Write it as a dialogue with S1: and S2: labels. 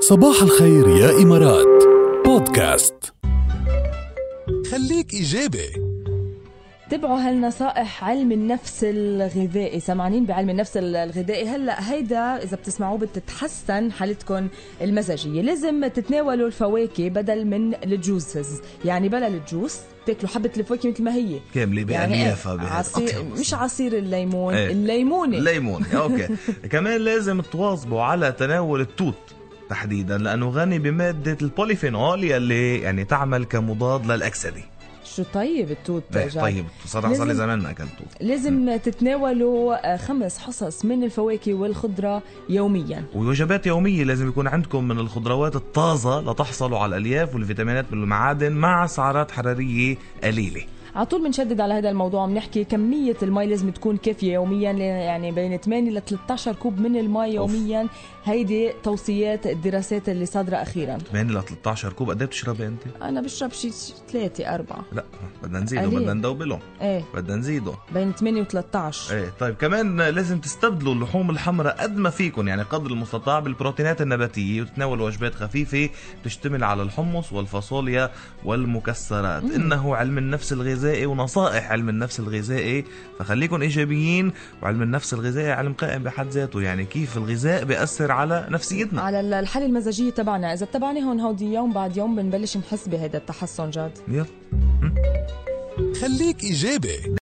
S1: صباح الخير يا إمارات بودكاست
S2: خليك إيجابي
S3: تبعوا هالنصائح علم النفس الغذائي سمعانين بعلم النفس الغذائي هلا هيدا اذا بتسمعوه بتتحسن حالتكم المزاجيه لازم تتناولوا الفواكه بدل من الجوسز يعني بلا الجوس تاكلوا حبه الفواكه مثل ما هي
S4: كامله بأليافها
S3: يعني
S4: بهذا
S3: عصير
S4: أطيب.
S3: مش عصير الليمون
S4: إيه.
S3: الليمونه
S4: ليمون اوكي كمان لازم تواظبوا على تناول التوت تحديدا لانه غني بماده البوليفينول يلي يعني تعمل كمضاد للاكسده
S3: شو طيب التوت
S4: إيه،
S3: جد.
S4: طيب صراحه صار لي
S3: لازم-
S4: زمان ما اكلت توت
S3: لازم تتناولوا آه، خمس حصص من الفواكه والخضره يوميا
S4: ووجبات يومية لازم يكون عندكم من الخضروات الطازة لتحصلوا على الألياف والفيتامينات والمعادن مع سعرات حرارية قليلة
S3: على طول بنشدد على هذا الموضوع بنحكي كمية المي لازم تكون كافية يوميا ل- يعني بين 8 ل 13 كوب من المي يوميا هيدي توصيات الدراسات اللي صادرة أخيرا
S4: 8 ل 13 كوب قد ايه بتشربي أنت؟
S3: أنا بشرب شي 3 4
S4: لا بدنا نزيدهم
S3: قليل.
S4: بدنا ندوبلهم
S3: إيه
S4: بدنا نزيدهم
S3: بين 8 و 13
S4: ايه طيب كمان لازم تستبدلوا اللحوم الحمراء قد ما فيكم يعني قدر المستطاع بالبروتينات النباتيه وتتناولوا وجبات خفيفه تشتمل على الحمص والفاصوليا والمكسرات مم. انه علم النفس الغذائي ونصائح علم النفس الغذائي فخليكم ايجابيين وعلم النفس الغذائي علم قائم بحد ذاته يعني كيف الغذاء بياثر على نفسيتنا
S3: على ال- الحالة المزاجية تبعنا إذا اتبعنا هون هودي يوم بعد يوم بنبلش نحس بهذا التحسن جد
S4: يلا
S2: خليك إيجابي